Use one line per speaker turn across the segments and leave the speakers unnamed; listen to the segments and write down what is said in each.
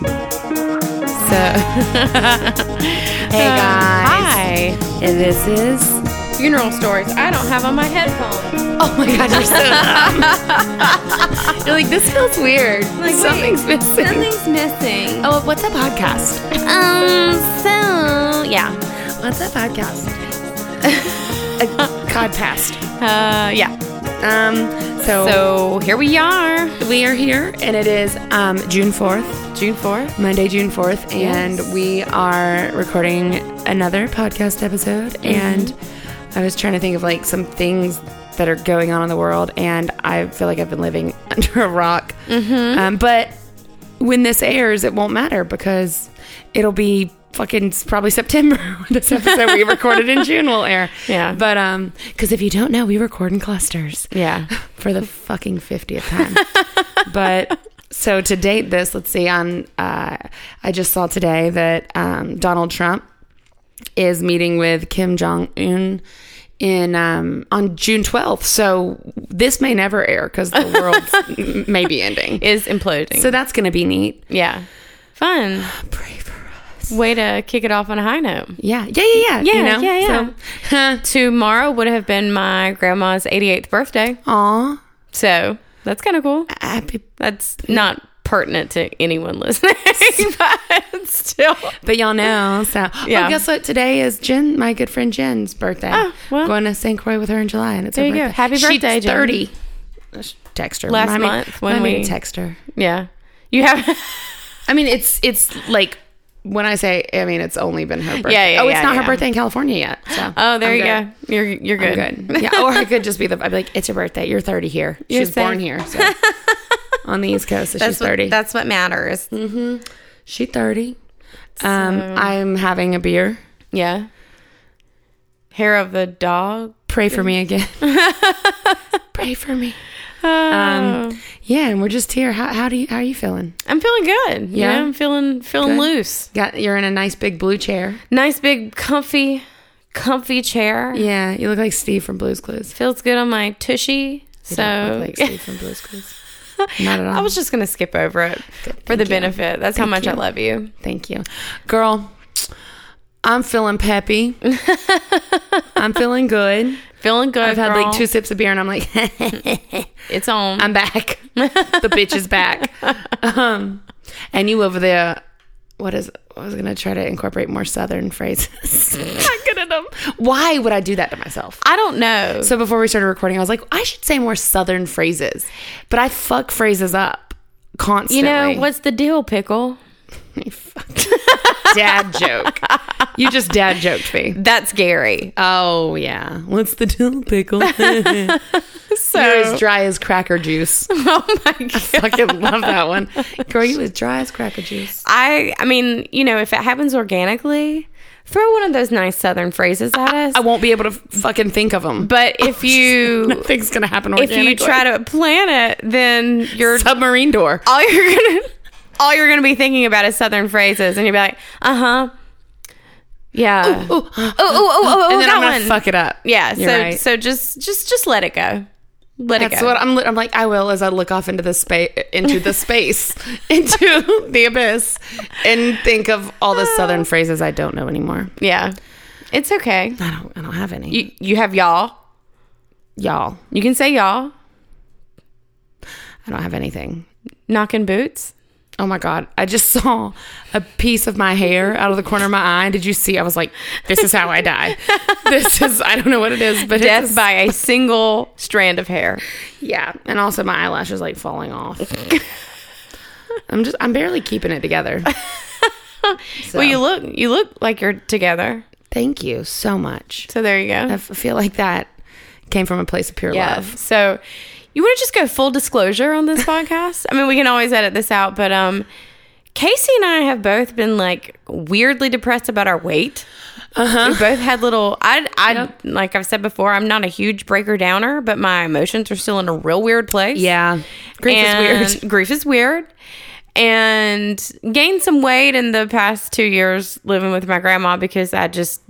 So, um,
Hey guys.
hi.
And this is.
Funeral stories. I don't have on my headphones.
Oh my God, you're so dumb. you're like, this feels weird.
Like,
something's
wait,
missing.
Something's missing.
Oh, what's a podcast? Um, so yeah, what's a podcast? a podcast. Uh, yeah.
Um.
So,
So here we are.
we are here, and it is um June fourth,
June fourth.
Monday, June fourth,
Yes.
and we are recording another podcast episode.
Mm-hmm.
And I was trying to think of like some things that are going on in the world, and I feel like I've been living under a rock.
Mm-hmm.
Um, but when this airs, it won't matter because it'll be fucking s- probably September. when this episode we recorded in June will air.
Yeah.
But um, because if you don't know, we record in clusters
Yeah.
for the fucking 50th time. but so to date this, let's see on uh, I just saw today that um, Donald Trump is meeting with Kim Jong Un in um, on June 12th. So this may never air cuz the world may be ending.
Is imploding.
So that's going to be neat.
yeah. Fun.
Pray for us.
Way to kick it off on a high note.
Yeah. Yeah, yeah, yeah.
Yeah,
you know?
yeah, yeah.
So,
Tomorrow would have been my grandma's 88th birthday.
aw,
So that's kind of cool.
happy
That's not pertinent to anyone listening, but still.
But y'all know, so
Yeah.
oh, guess what? Today is Jen, my good friend Jen's birthday.
Oh, well.
Going to St. Croix with her in July, and it's
There
her
you go.
birthday.
Happy birthday,
She's
Jen.
Thirty. I should Text her
Last
Remind me-
month when
remind me to
we-
text her.
Yeah. You have.
I mean, it's it's like when I say, I mean, it's only been her birthday.
yeah,
oh, it's
yeah,
not
yeah.
her birthday in California yet. So
Oh, there
I'm
you
good.
go. You're you're good.
I'm good. Yeah, or it could just be the. I'd be like, it's your birthday. You're thirty here.
You're
she's born
safe.
here. So. On the East Coast, so she's
That's what-
thirty.
that's what matters.
She's thirty. Um, I'm having a beer.
Yeah. Hair of the dog.
Pray for me again. Pray for me. Um, yeah, and we're just here. How, how do you? How are you feeling?
I'm feeling good. Yeah,
Yeah?
I'm feeling feeling
Good.
loose.
Got you're in a nice big blue chair.
Nice big comfy, comfy chair.
Yeah, you look like Steve from Blue's Clues.
Feels good on my tushy.
You don't
so
look like Steve from Blue's Clues. Not at all.
I was just gonna skip over it for the
thank you.
benefit. That's how much I love you.
Thank you, girl. I'm feeling peppy. I'm feeling good.
Feeling good.
I've had
girl.
like two sips of beer, and I'm like,
It's on.
I'm back. the bitch is back. Um, and you over there, what is? I was gonna try to incorporate more southern phrases. Not good at them. Why would I do that to myself?
I don't know.
So before we started recording, I was like, I should say more southern phrases, but I fuck phrases up constantly.
you know what's the deal, pickle?
Dad joke. You just dad joked me.
That's Gary.
Oh yeah, what's the dill pickle?
So
You're as dry as cracker juice.
oh my god.
Fucking love that one, girl. You as dry as cracker juice.
I I mean, you know, if it happens organically, throw one of those nice southern phrases at us.
I won't be able to fucking think of them.
but if you
Nothing's gonna happen
if you try to plan it, then you're
submarine door.
all you're gonna all you're gonna be thinking about is southern phrases, and you'll be like, uh huh, yeah, oh oh oh oh oh,
and then
that
I'm gonna
one,
fuck it up.
yeah.
You're
so
right.
so just just just let it go, let
That's
it go.
what I'm. li- I'm like I will as I look off into the space, into the space, into the abyss, and think of all the southern phrases I don't know anymore.
yeah, it's okay.
I don't. I don't have any.
You you have y'all.
y'all,
You can say y'all
I don't have anything.
knocking boots.
Oh my god! I just saw a piece of my hair out of the corner of my eye. Did you see? I was like, "This is how I die. this is I don't know what it is, but
Death
it's,
by a single strand of hair.
yeah." And also, my eyelash is like falling off. I'm just. I'm barely keeping it together. So,
Well, you look you look like you're together.
thank you so much.
So there you go.
I f- feel like that came from a place of pure
yeah.
love.
So you want to just go full disclosure on this podcast? I mean, we can always edit this out, but um Casey and I have both been like weirdly depressed about our weight.
Uh-huh.
We both had little. I, I, like I've said before, I'm not a huge breaker downer, but my emotions are still in a real weird place.
Yeah. Grief is weird.
And Grief is weird. And gained some weight in the past two years living with my grandma because I just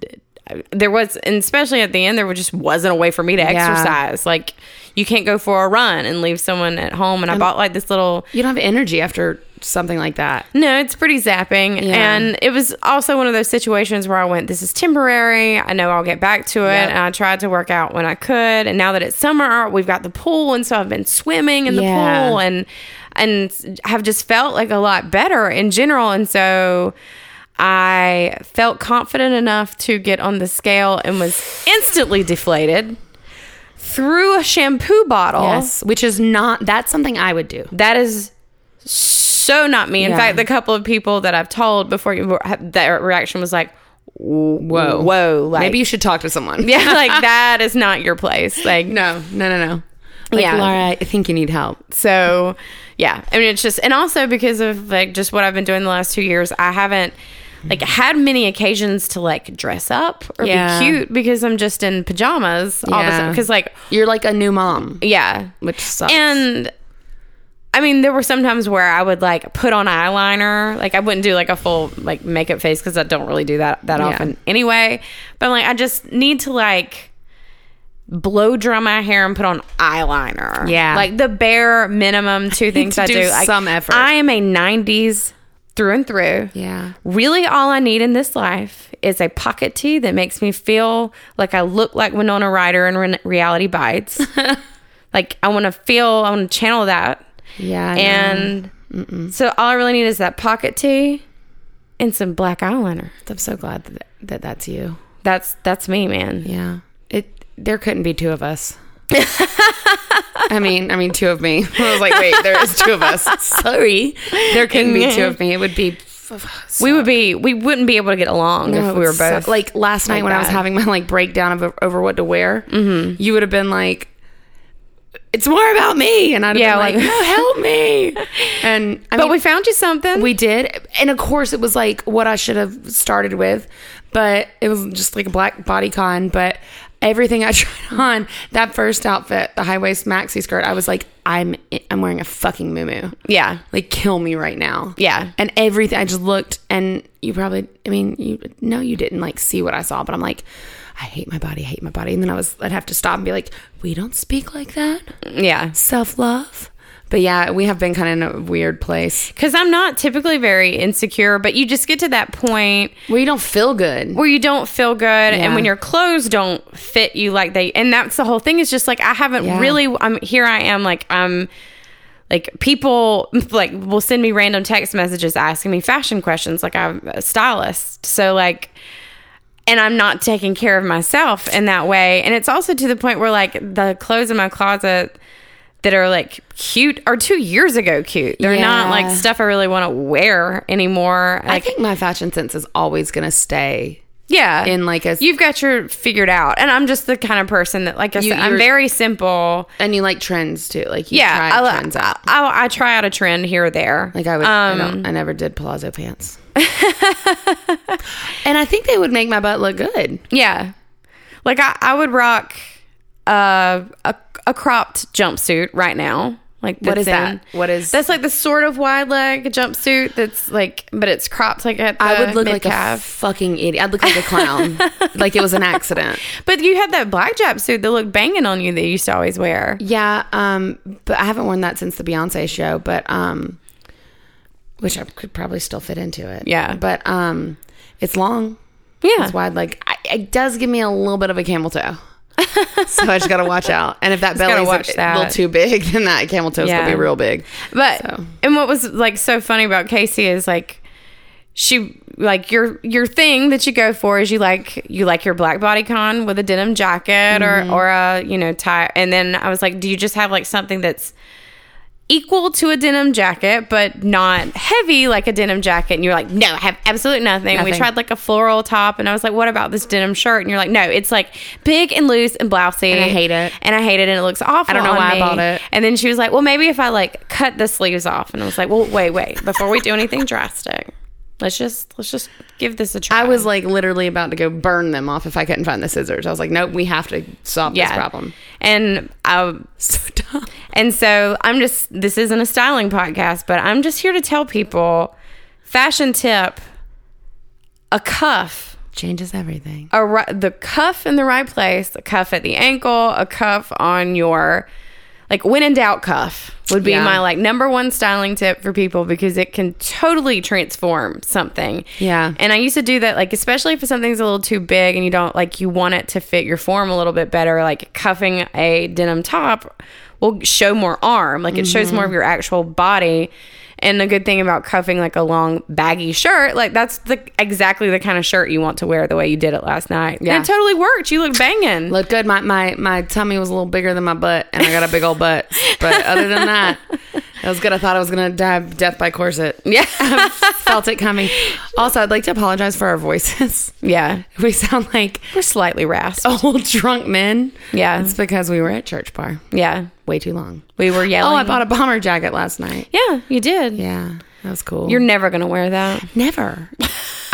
there was, and especially at the end, there was- just wasn't a way for me to exercise. Like you can't go for a run and leave someone at home. And I bought like this little
You don't have energy after something like that.
no, it's pretty zapping. And it was also one of those situations where I went, This is temporary. I know I'll get back to it.
Yep.
And I tried to work out when I could. And now that it's summer, we've got the pool. And so I've been swimming in the
Yeah.
pool and and have just felt like a lot better in general. And so I felt confident enough to get on the scale and was instantly deflated. Through a shampoo bottle.
Yes, which is not that's something I would do.
That is so not me. In
Yeah.
fact, the couple of people that I've told before you that reaction was like, "Whoa, whoa!" Like,
Maybe you should talk to someone.
yeah, like that is not your place. Like,
No, no, no, no. Like,
Yeah.
Laura, I think you need help.
so yeah. I mean, it's just, and also because of like just what I've been doing the last two years, I haven't like had many occasions to like dress up or
Yeah.
be cute because I'm just in pajamas all the
Yeah.
time. Because like,
You're like a new mom,
yeah,
which sucks.
And I mean, there were some times where I would like put on eyeliner. Like I wouldn't do like a full like makeup face because I don't really do that that
Yeah.
often anyway. But I'm like, I just need to like blow dry my hair and put on eyeliner.
Yeah.
like the bare minimum two things
to
I
do
do. Like,
some effort.
I am a '90s through and through.
yeah.
Really, all I need in this life is a pocket tee that makes me feel like I look like Winona Ryder in Re- Reality Bites. like, I want to feel, I want to channel that.
Yeah.
And so, all I really need is that pocket tee and some black eyeliner.
I'm so glad that, that that's you.
That's that's me, man.
Yeah. It there couldn't be two of us. I mean, I mean two of me. I was like, wait, there is two of us. Sorry. There couldn't be two of me. It would be
We would be, we wouldn't be able to get along
No,
if we
it
were
would suck.
both.
like last night when I was
that.
having my like breakdown of over what to wear. You would have been like, "It's more about me," and I'd have
Yeah,
been like,
like-
"No, help me!" And I
but
mean,
we found you something.
we did, and of course it was like what I should have started with, but it was just like a black body con. But everything I tried on that first outfit, the high waist maxi skirt, I was like, "I'm I'm wearing a fucking moo
yeah.
like kill me right now.
Yeah.
And everything I just looked and you probably I mean, you no you didn't like see what I saw, but I'm like, I hate my body, I hate my body. And then I was I'd have to stop and be like, We don't speak like that.
Yeah.
Self love. But yeah, we have been kind of in a weird place
Because I'm not typically very insecure, but you just get to that point
where you don't feel good.
where you don't feel good
Yeah.
and when your clothes don't fit you like they and that's the whole thing is just like i haven't
Yeah.
really i'm here i am like i'm like people like will send me random text messages asking me fashion questions like i'm a stylist so like and i'm not taking care of myself in that way and it's also to the point where like the clothes in my closet that are like cute are two years ago cute they're not like
Yeah.
stuff i really want to wear anymore
I
like
think my fashion sense is always gonna stay
yeah
in like a
you've got your figured out and i'm just the kind of person that like i said i'm
you're-
very simple
and you like trends too. Like you
yeah
try
I,
trends
I,
out.
I, I try out a trend here or there Um,
Like I would, I, don't, I never did palazzo pants, and I think they would make my butt look good.
yeah like i, I would rock uh, a, a cropped jumpsuit right now like
What
that's
is that?
in-
What is-
that's like the sort of wide leg jumpsuit that's like but it's cropped like at the
I would look like a
mid-calf.
fucking idiot. I'd look like a clown, like it was an accident.
but you had that black jumpsuit that looked banging on you that you used to always wear
Yeah, um, but I haven't worn that since the Beyonce show, but um, which I could probably still fit into it.
Yeah.
but um, it's long,
yeah
it's wide. Like I, it does give me a little bit of a camel toe. so I just gotta watch out, and if that belly's
watch
a, a little
that.
too big, then that camel toe's
Yeah.
gonna be real big.
But
So.
and what was like so funny about Casey is like she like your your thing that you go for is you like you like your black bodycon with a denim jacket
Mm-hmm.
or or a you know tie and then I was like do you just have like something that's equal to a denim jacket but not heavy like a denim jacket and you're like no I have absolutely nothing. we
Nothing.
tried like a floral top and I was like what about this denim shirt and you're like no it's like big and loose and blousy
And I hate it.
and I hate it and it looks awful
I don't know
on
why I
me.
bought it.
And then she was like, "Well, maybe if I like cut the sleeves off." And I was like, "Well, wait, wait, before we do anything drastic, Let's just let's just give this a try.
I was like literally about to go burn them off if I couldn't find the scissors. I was like, nope, we have to solve this problem.
and I
So dumb.
and so I'm just this isn't a styling podcast, but I'm just here to tell people fashion tip: a cuff
Changes everything.
a ri- the cuff in the right place, a cuff at the ankle, a cuff on your like when in doubt cuff would be
Yeah.
my like number one styling tip for people because it can totally transform something.
Yeah.
And I used to do that like especially if something's a little too big and you don't like you want it to fit your form a little bit better like cuffing a denim top will show more arm, like it shows more of your actual body. And the good thing about cuffing like a long baggy shirt, like that's the exactly the kind of shirt you want to wear the way you did it last night. Yeah.
Yeah.
And it totally worked. You look banging.
Looked good. My, my my tummy was a little bigger than my butt, and I got a big old butt. But other than that, it was good. I thought I was gonna die of death by corset.
yeah.
Felt it coming. Also, I'd like to apologize for our voices.
yeah.
We sound like
We're slightly rasped.
old drunk men.
Yeah.
It's because we were at church bar
Yeah.
way too long.
We were yelling.
Oh, I bought a bomber jacket last night.
Yeah, you did.
Yeah, that was cool.
You're never going to wear that.
Never.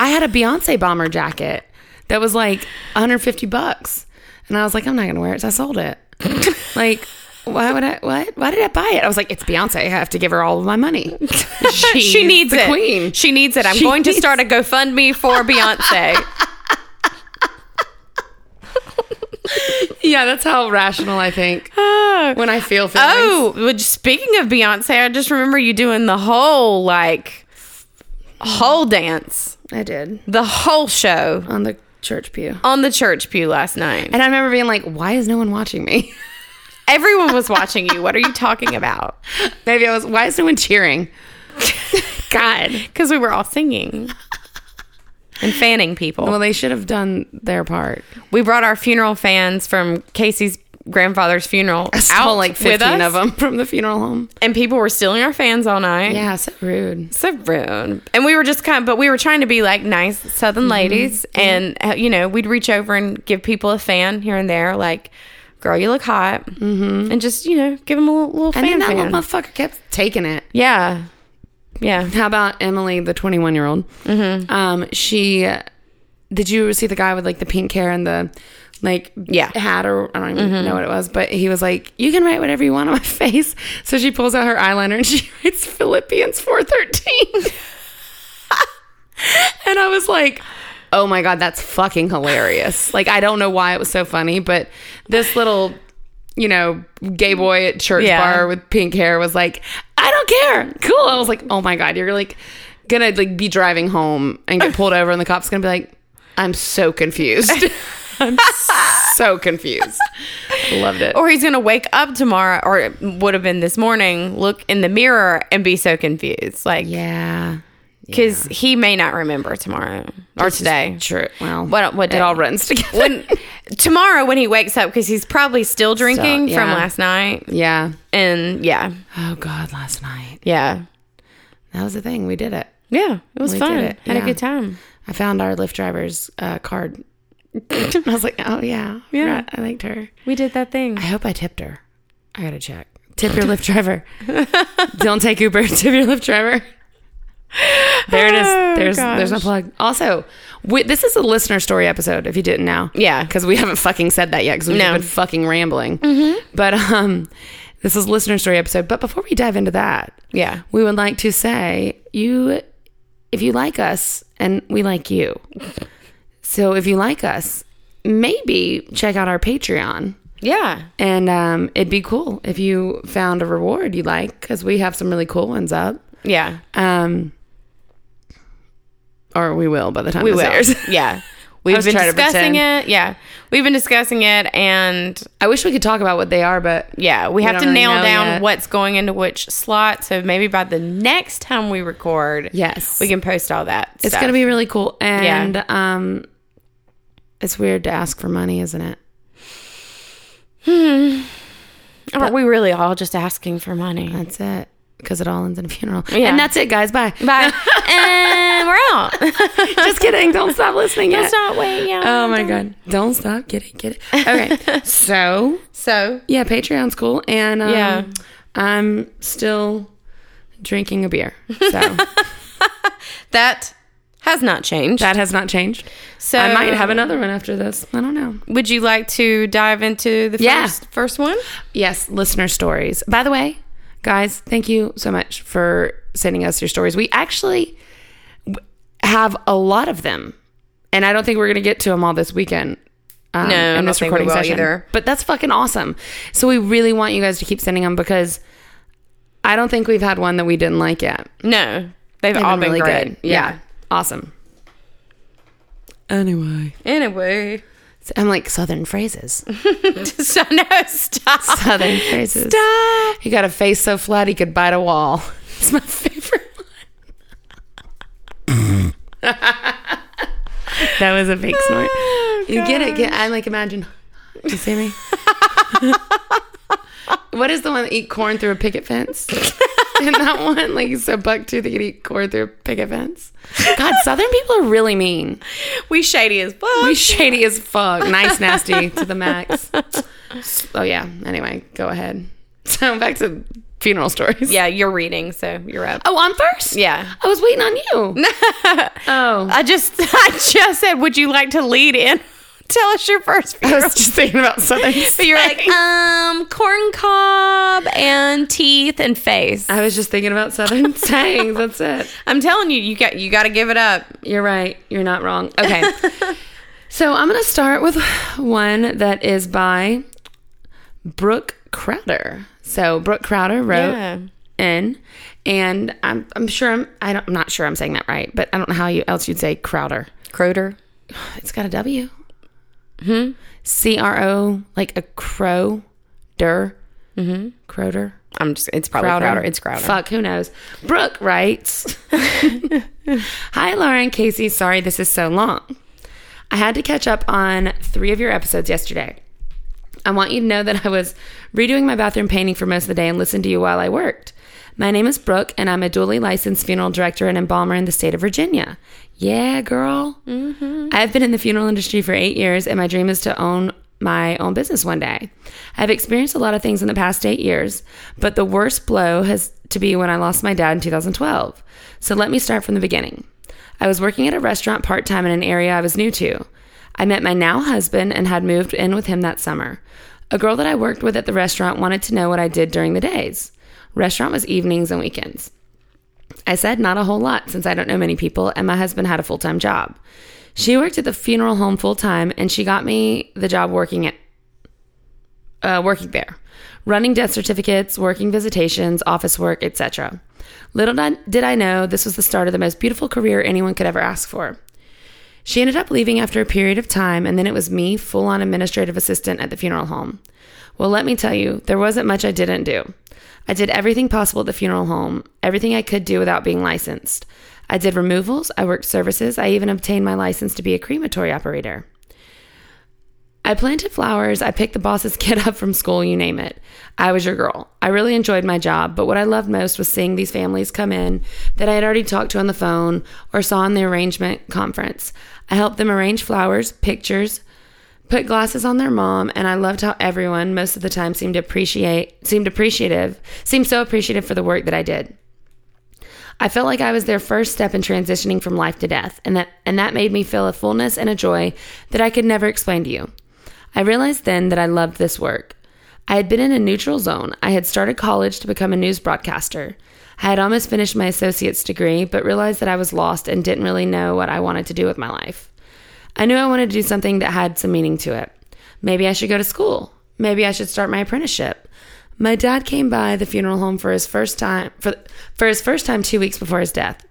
I had a Beyonce bomber jacket that was like 150 bucks. And I was like, I'm not going to wear it. So I sold it. like, why would I? What? Why did I buy it? I was like, it's Beyonce. I have to give her all of my money. She,
she needs
the
it.
Queen.
She needs it. I'm
She
going to
needs-
start a GoFundMe for Beyonce.
Yeah, that's how rational I think when I feel feelings.
Oh, which, speaking of Beyonce, I just remember you doing the whole like whole dance,
I did
the whole show
on the church pew.
on the church pew last night.
And I remember being like, why is no one watching me?
Everyone was watching you. What are you talking about?
Maybe I was, why is no one cheering? God.
Because we were all singing and fanning people.
Well, they should have done their part.
We brought our funeral fans from Casey's grandfather's funeral
I
out
stole like
with
15
us,
of them from the funeral home.
and people were stealing our fans all night.
Yeah, so rude.
So rude. And we were just kind of, but we were trying to be like nice
Mm-hmm.
Southern ladies. And, uh, you know, we'd reach over and give people a fan here and there, like, girl, you look hot. Mm-hmm. And just, you know, give them a little, little
And
fan.
then that
fan.
little motherfucker kept taking it.
yeah. Yeah.
How about Emily, the 21 year old? Mm-hmm. Um, she, did you see the guy with like the pink hair and the like
Yeah.
hat or I don't even know what it was, but he was like, you can write whatever you want on my face. So she pulls out her eyeliner and she writes Philippians 413. and I was like, oh my God, that's fucking hilarious. Like, I don't know why it was so funny, but this little, you know, gay boy at church
Yeah.
bar with pink hair was like, I don't care. Cool. I was like, oh my God, you're like gonna like be driving home and get pulled over and the cop's gonna be like, I'm so confused. I'm so confused. Loved it.
Or he's going to wake up tomorrow, or it would have been this morning, look in the mirror and be so confused. Like,
yeah.
because he may not remember tomorrow or today.
True. Well,
What- what
it
day?
all runs together.
When tomorrow, when he wakes up, because he's probably still drinking from
yeah.
last night,
yeah.
and yeah,
Oh God, last night.
yeah,
That was the thing. We did it.
Yeah, it was
We
fun.
did it,
Had
yeah.
a good time.
I found our Lyft driver's uh, card. I was like, oh yeah,
Yeah.
right, I liked her.
We did that thing.
I hope I tipped her. I gotta check. Tip your Lyft driver. Don't take Uber. Tip your Lyft driver. There it is.
Oh,
There's there's no
gosh.
plug. Also, we, this is a listener story episode. If you didn't know,
Yeah.
because we haven't fucking said that yet because we've
No. Mm-hmm.
been fucking rambling. But um, this is a listener story episode. But before we dive into that,
Yeah.
we would like to say you if you like us and we like you so if you like us maybe check out our patreon
Yeah.
and um, it'd be cool if you found a reward you like because we have some really cool ones up
Yeah.
um, or we will by the time
We
this
will.
airs
Yeah. We've
was
been
trying to
discussing
pretend.
it. Yeah. We've been discussing it and
i wish we could talk about what they are but
yeah, we, have
don't
to
really
nail
know
down
yet.
what's going into which slot. So maybe by the next time we record,
yes
we can post all that.
it's
stuff.
gonna be really cool and um, it's weird to ask for money isn't it
Aren't we really all just asking for money?
That's it. Because it all ends in a funeral.
Yeah.
And that's it, guys. Bye.
Bye. and we're out.
Just kidding. Don't stop listening yet.
Let's not wait. Yeah.
Oh my god. Don't stop. Get it. Get it. Okay. so
so
yeah, Patreon's cool. And um,
Yeah.
I'm still drinking a beer. So
that has not changed.
That has not changed.
so
I might have another one after this. I don't know.
Would you like to dive into the
Yeah.
first first one?
Yes, listener stories. By the way, guys, thank you so much for sending us your stories. We actually w- have a lot of them, and I don't think we're going to get to them all this weekend. Um,
No, I don't think we will either.
But that's fucking awesome. So we really want you guys to keep sending them because I don't think we've had one that we didn't like yet.
No, they've,
They've
all
been
been,
really
great.
good. Yeah. awesome. Anyway,
Anyway,
So I'm like southern phrases.
so no stop.
Southern phrases.
Stop.
He got a face so flat he could bite a wall. It's my favorite one. that was a fake snort. you get it? Get, I'm like, imagine. You see me? what is the one that eat corn through a picket fence? In that one, like he's so buck tooth they could eat corn through a picket fence. God, Southern people are really mean.
We shady as fuck.
We shady as fuck. Nice, nasty to the max. Oh yeah. Anyway, go ahead. So back to funeral stories.
yeah, you're reading, so you're up.
Oh, I'm first.
Yeah.
I was waiting on you. oh.
I just I just said, would you like to lead in? Tell us your first
I
funeral.
was just thinking about Southern.
But you're like, um, corn cob and teeth and face.
I was just thinking about Southern sayings. That's it.
I'm telling you, you got you got to give it up.
You're right. You're not wrong. Okay. so I'm going to start with one that is by Brooke Crowder. So Brooke Crowder wrote
Yeah.
in, and I'm, I'm sure I'm, I don't, I'm not sure I'm saying that right, but I don't know how you, else you'd say Crowder.
Croder.
It's got a W. Hmm. C R O, like a crow, der. Mm-hmm. Crowder.
I'm just. It's probably Crowder. It's Crowder.
Fuck, who knows? Brooke writes Hi, Laura and Casey. Sorry this is so long. I had to catch up on three of your episodes yesterday. I want you to know that I was redoing my bathroom painting for most of the day and listened to you while I worked. My name is Brooke, and I'm a dually licensed funeral director and embalmer in the state of Virginia. Yeah, girl. I've been in the funeral industry for eight years, and my dream is to own my own business one day. I've experienced a lot of things in the past eight years, but the worst blow has to be when I lost my dad in 2012. So let me start from the beginning. I was working at a restaurant part time in an area I was new to. I met my now husband and had moved in with him that summer. A girl that I worked with at the restaurant wanted to know what I did during the days. Restaurant was evenings and weekends. I said not a whole lot since I don't know many people and my husband had a full time job. She worked at the funeral home full time and she got me the job working at uh, working there, running death certificates, working visitations, office work, etc. Little di- did I know this was the start of the most beautiful career anyone could ever ask for. She ended up leaving after a period of time, and then it was me, full on administrative assistant at the funeral home. Well, let me tell you, there wasn't much I didn't do. I did everything possible at the funeral home, everything I could do without being licensed. I did removals, I worked services, I even obtained my license to be a crematory operator. I planted flowers. I picked the boss's kid up from school, you name it. I was your girl. I really enjoyed my job, but what I loved most was seeing these families come in that I had already talked to on the phone or saw in the arrangement conference. I helped them arrange flowers, pictures, put glasses on their mom, and I loved how everyone most of the time seemed to appreciate seemed appreciative, seemed so appreciative for the work that I did. I felt like I was their first step in transitioning from life to death, and that and that made me feel a fullness and a joy that I could never explain to you. I realized then that I loved this work. I had been in a neutral zone. I had started college to become a news broadcaster. I had almost finished my associate's degree, but realized that I was lost and didn't really know what I wanted to do with my life. I knew I wanted to do something that had some meaning to it. Maybe I should go to school. Maybe I should start my apprenticeship. My dad came by the funeral home for his first time for, for his first time 2 weeks before his death.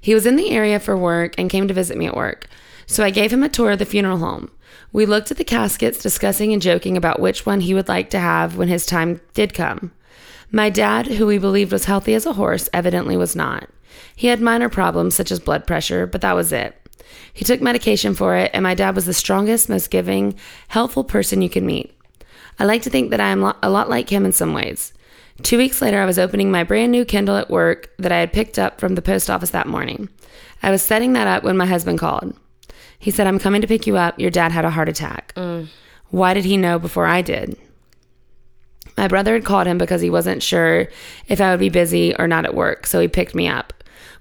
He was in the area for work and came to visit me at work. So I gave him a tour of the funeral home. We looked at the caskets, discussing and joking about which one he would like to have when his time did come. My dad, who we believed was healthy as a horse, evidently was not. He had minor problems such as blood pressure, but that was it. He took medication for it, and my dad was the strongest, most giving, helpful person you could meet. I like to think that I am lo- a lot like him in some ways. Two weeks later, I was opening my brand new Kindle at work that I had picked up from the post office that morning. I was setting that up when my husband called. He said, I'm coming to pick you up. Your dad had a heart attack. Why did he know before I did? My brother had called him because he wasn't sure if I would be busy or not at work, so he picked me up.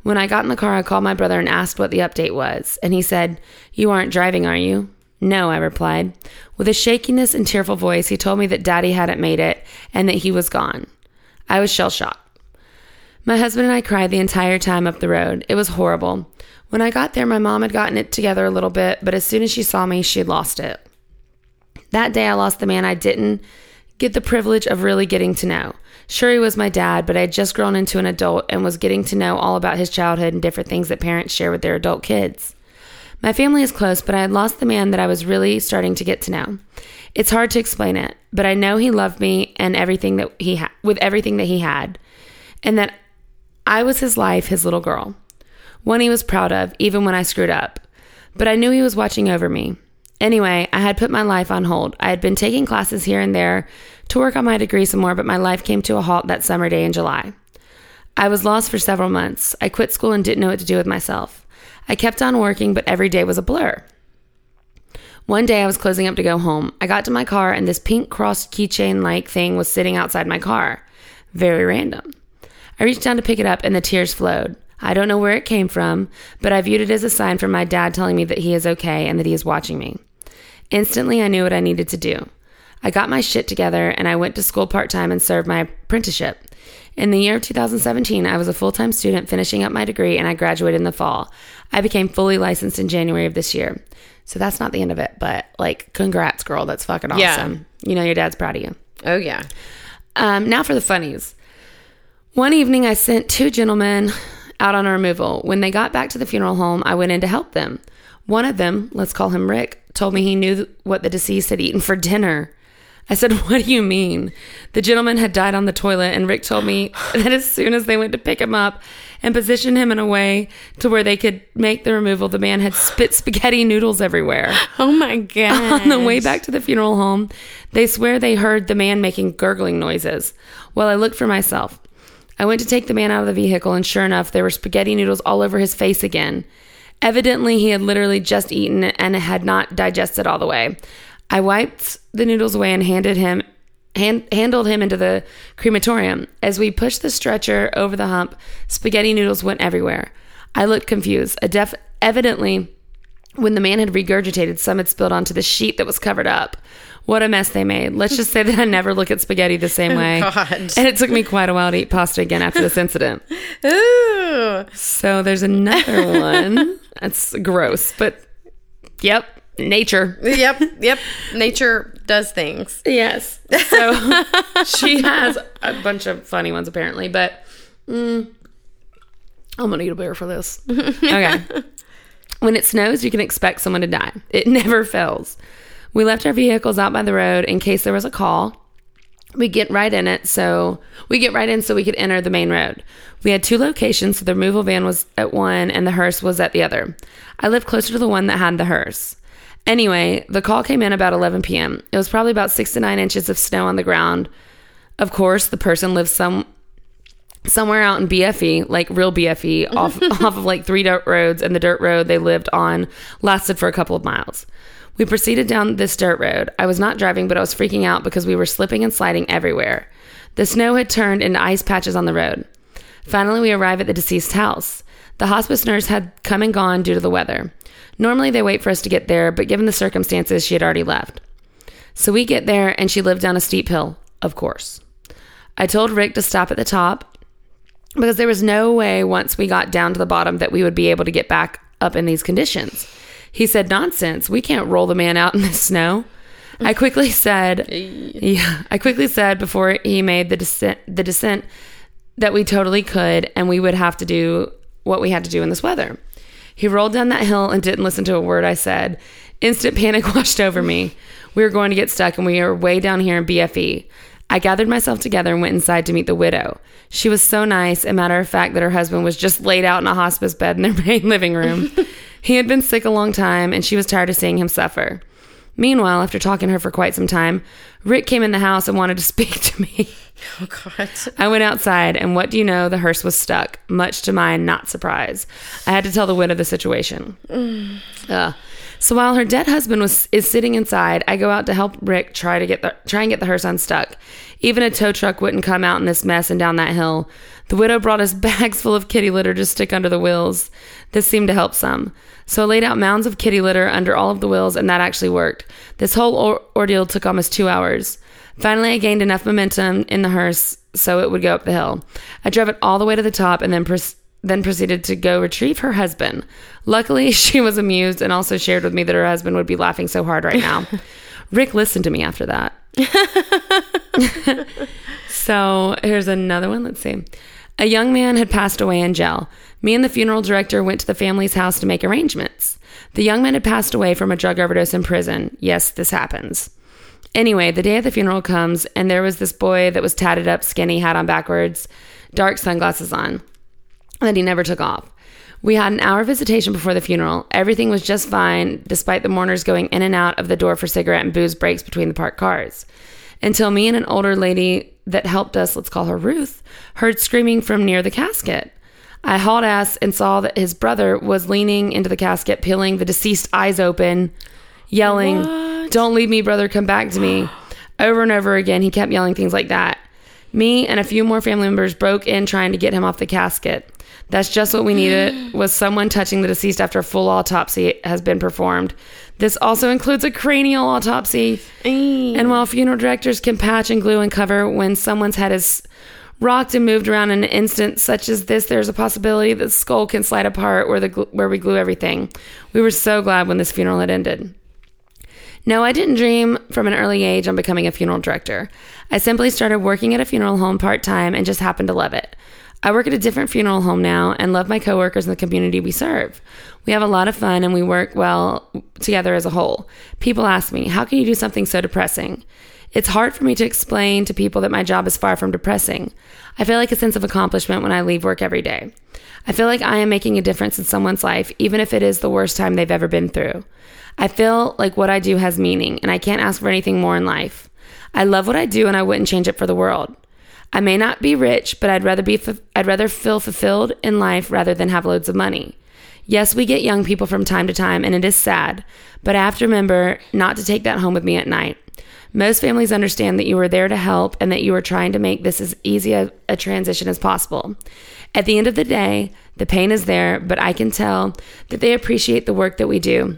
When I got in the car, I called my brother and asked what the update was, and he said, You aren't driving, are you? No, I replied. With a shakiness and tearful voice, he told me that daddy hadn't made it and that he was gone. I was shell shocked. My husband and I cried the entire time up the road. It was horrible. When I got there, my mom had gotten it together a little bit, but as soon as she saw me, she had lost it. That day, I lost the man I didn't get the privilege of really getting to know. Sure, he was my dad, but I had just grown into an adult and was getting to know all about his childhood and different things that parents share with their adult kids. My family is close, but I had lost the man that I was really starting to get to know. It's hard to explain it, but I know he loved me and everything that he had with everything that he had, and that I was his life, his little girl. One he was proud of, even when I screwed up. But I knew he was watching over me. Anyway, I had put my life on hold. I had been taking classes here and there to work on my degree some more, but my life came to a halt that summer day in July. I was lost for several months. I quit school and didn't know what to do with myself. I kept on working, but every day was a blur. One day I was closing up to go home. I got to my car and this pink crossed keychain like thing was sitting outside my car. Very random. I reached down to pick it up and the tears flowed. I don't know where it came from, but I viewed it as a sign from my dad telling me that he is okay and that he is watching me. Instantly, I knew what I needed to do. I got my shit together and I went to school part time and served my apprenticeship. In the year of 2017, I was a full time student finishing up my degree and I graduated in the fall. I became fully licensed in January of this year. So that's not the end of it, but like, congrats, girl. That's fucking awesome.
Yeah.
You know, your dad's proud of you.
Oh yeah.
Um, now for the funnies. One evening, I sent two gentlemen out on a removal. When they got back to the funeral home, I went in to help them. One of them, let's call him Rick, told me he knew th- what the deceased had eaten for dinner. I said, What do you mean? The gentleman had died on the toilet, and Rick told me that as soon as they went to pick him up and position him in a way to where they could make the removal, the man had spit spaghetti noodles everywhere.
Oh my god.
On the way back to the funeral home, they swear they heard the man making gurgling noises. Well, I looked for myself. I went to take the man out of the vehicle, and sure enough, there were spaghetti noodles all over his face again. Evidently, he had literally just eaten and had not digested all the way. I wiped the noodles away and handed him hand, handled him into the crematorium. As we pushed the stretcher over the hump, spaghetti noodles went everywhere. I looked confused. A def- evidently, when the man had regurgitated, some had spilled onto the sheet that was covered up. What a mess they made. Let's just say that I never look at spaghetti the same way.
God.
And it took me quite a while to eat pasta again after this incident.
Ooh.
So there's another one. That's gross, but yep, nature.
Yep. Yep. Nature does things.
Yes. So she has a bunch of funny ones apparently, but mm, I'm gonna need a beer for this. Okay. when it snows, you can expect someone to die. It never fails. We left our vehicles out by the road in case there was a call. We get right in it, so we get right in so we could enter the main road. We had two locations, so the removal van was at one and the hearse was at the other. I lived closer to the one that had the hearse. Anyway, the call came in about 11 p.m. It was probably about six to nine inches of snow on the ground. Of course, the person lives some somewhere out in BFE, like real BFE, off off of like three dirt roads, and the dirt road they lived on lasted for a couple of miles. We proceeded down this dirt road. I was not driving, but I was freaking out because we were slipping and sliding everywhere. The snow had turned into ice patches on the road. Finally, we arrive at the deceased's house. The hospice nurse had come and gone due to the weather. Normally, they wait for us to get there, but given the circumstances, she had already left. So we get there, and she lived down a steep hill, of course. I told Rick to stop at the top because there was no way once we got down to the bottom that we would be able to get back up in these conditions. He said, Nonsense. We can't roll the man out in the snow. I quickly said, Yeah, I quickly said before he made the descent, the descent that we totally could and we would have to do what we had to do in this weather. He rolled down that hill and didn't listen to a word I said. Instant panic washed over me. We were going to get stuck and we were way down here in BFE. I gathered myself together and went inside to meet the widow. She was so nice and matter of fact that her husband was just laid out in a hospice bed in their main living room. he had been sick a long time and she was tired of seeing him suffer. Meanwhile, after talking to her for quite some time, Rick came in the house and wanted to speak to me.
Oh god.
I went outside, and what do you know? The hearse was stuck, much to my not surprise. I had to tell the widow the situation. Ugh. So while her dead husband was is sitting inside, I go out to help Rick try to get the try and get the hearse unstuck. Even a tow truck wouldn't come out in this mess and down that hill. The widow brought us bags full of kitty litter to stick under the wheels. This seemed to help some. So I laid out mounds of kitty litter under all of the wheels, and that actually worked. This whole or- ordeal took almost two hours. Finally, I gained enough momentum in the hearse so it would go up the hill. I drove it all the way to the top and then pres- then proceeded to go retrieve her husband. Luckily, she was amused and also shared with me that her husband would be laughing so hard right now. Rick listened to me after that. So here's another one. Let's see. A young man had passed away in jail. Me and the funeral director went to the family's house to make arrangements. The young man had passed away from a drug overdose in prison. Yes, this happens. Anyway, the day of the funeral comes, and there was this boy that was tatted up, skinny, hat on backwards, dark sunglasses on, that he never took off. We had an hour visitation before the funeral. Everything was just fine, despite the mourners going in and out of the door for cigarette and booze breaks between the parked cars. Until me and an older lady that helped us, let's call her Ruth, heard screaming from near the casket. I hauled ass and saw that his brother was leaning into the casket, peeling the deceased eyes open, yelling, Don't leave me, brother, come back to me. Over and over again, he kept yelling things like that. Me and a few more family members broke in trying to get him off the casket. That's just what we needed was someone touching the deceased after a full autopsy has been performed. This also includes a cranial autopsy. And while funeral directors can patch and glue and cover when someone's head is rocked and moved around in an instant such as this, there's a possibility that the skull can slide apart where the gl- where we glue everything. We were so glad when this funeral had ended. No, I didn't dream from an early age on becoming a funeral director. I simply started working at a funeral home part time and just happened to love it. I work at a different funeral home now and love my coworkers and the community we serve. We have a lot of fun and we work well together as a whole. People ask me, how can you do something so depressing? It's hard for me to explain to people that my job is far from depressing. I feel like a sense of accomplishment when I leave work every day. I feel like I am making a difference in someone's life, even if it is the worst time they've ever been through. I feel like what I do has meaning, and I can't ask for anything more in life. I love what I do, and I wouldn't change it for the world. I may not be rich, but I'd rather be fu- I'd rather feel fulfilled in life rather than have loads of money. Yes, we get young people from time to time, and it is sad, but I have to remember not to take that home with me at night. Most families understand that you are there to help and that you are trying to make this as easy a, a transition as possible. At the end of the day, the pain is there, but I can tell that they appreciate the work that we do.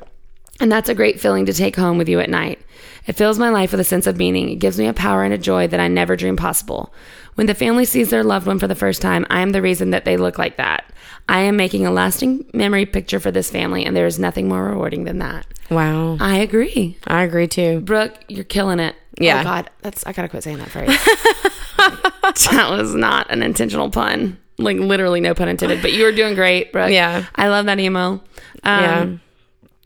And that's a great feeling to take home with you at night. It fills my life with a sense of meaning. It gives me a power and a joy that I never dreamed possible. When the family sees their loved one for the first time, I am the reason that they look like that. I am making a lasting memory picture for this family, and there is nothing more rewarding than that.
Wow.
I agree.
I agree too.
Brooke, you're killing it.
Yeah.
Oh God, that's I gotta quit saying that phrase. that was not an intentional pun. Like literally no pun intended. But you were doing great, Brooke.
Yeah.
I love that email. Um,
Yeah.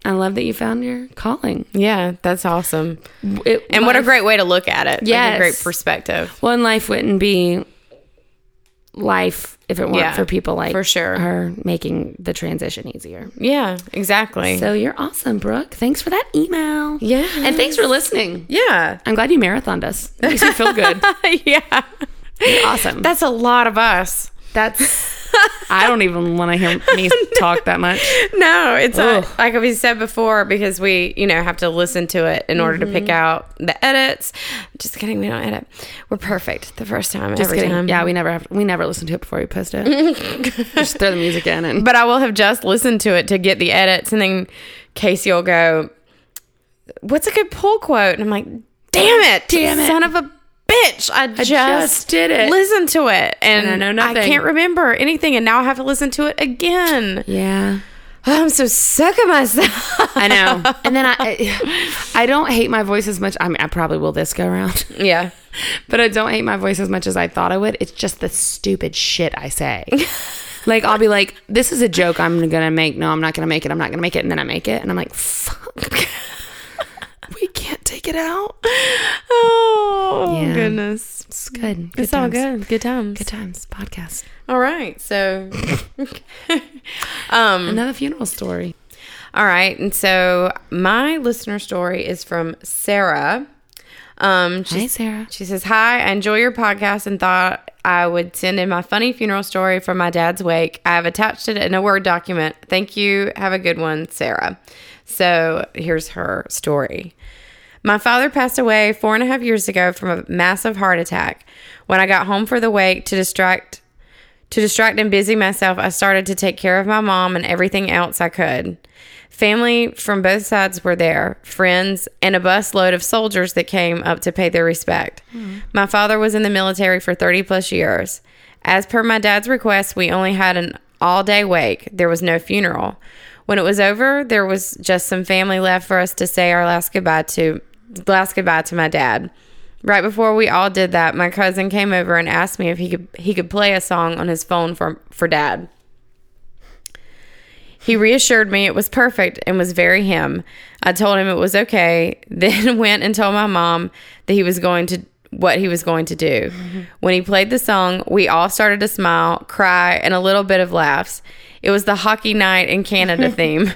I love that you found your calling.
Yeah, that's awesome.
It-
And what a great way to look at it. Like
Yes.
a great perspective.
one life wouldn't be life if it weren't
Yeah,
for people like
for sure.
her making the transition easier.
Yeah, exactly.
So you're awesome, Brooke. Thanks for that email.
yeah.
And thanks for listening.
yeah.
I'm glad you marathoned us. It makes me feel good.
yeah.
awesome.
That's a lot of us.
That's. I don't even want to hear me talk that much.
No, it's
Ugh.
uh like we said before because we, you know, have to listen to it in order to pick out the edits. Just kidding, we don't edit. We're perfect the first time every
Just kidding.
time.
Yeah, we never have. We never listen to it before we post it. Just throw the music in and.
But I will have just listened to it to get the edits, and then Casey will go, "What's a good pull quote?" And I'm like, "Damn it,
Damn it.
son of a bitch! I just,
just did it.
Listen to it, and,
And I know
I
nothing."
can't remember anything, and now I have to listen to it again.
Yeah,
I'm so sick of myself.
I know. and then I, I don't hate my voice as much. I mean, I probably will this go around,
yeah,
but I don't hate my voice as much as I thought I would. It's just the stupid shit I say. like I'll be like, "This is a joke. I'm gonna make. No, I'm not gonna make it. I'm not gonna make it." And then I make it, and I'm like, "Fuck, we can't take it out."
Oh
Yeah.
goodness.
It's good.
it's all
times.
good. Good times.
Good times. Podcast.
All right. So um
Another funeral story.
all right. And so my listener story is from Sarah. Um she
Sarah.
she says, "Hi, I enjoy your podcast and thought I would send in my funny funeral story from my dad's wake. I have attached it in a Word document. Thank you. Have a good one, Sarah. So here's her story. My father passed away four and a half years ago from a massive heart attack. When I got home for the wake to distract to distract and busy myself, I started to take care of my mom and everything else I could. Family from both sides were there, friends, and a bus load of soldiers that came up to pay their respect. My father was in the military for 30 plus years. As per my dad's request, we only had an all day wake. There was no funeral. When it was over, there was just some family left for us to say our last goodbye to last goodbye to my dad. Right before we all did that, my cousin came over and asked me if he could he could play a song on his phone for for dad. He reassured me it was perfect and was very him. I told him it was okay, then went and told my mom that he was going to what he was going to do.
Mm-hmm.
When he played the song, we all started to smile, cry, and a little bit of laughs. It was the hockey night in Canada theme.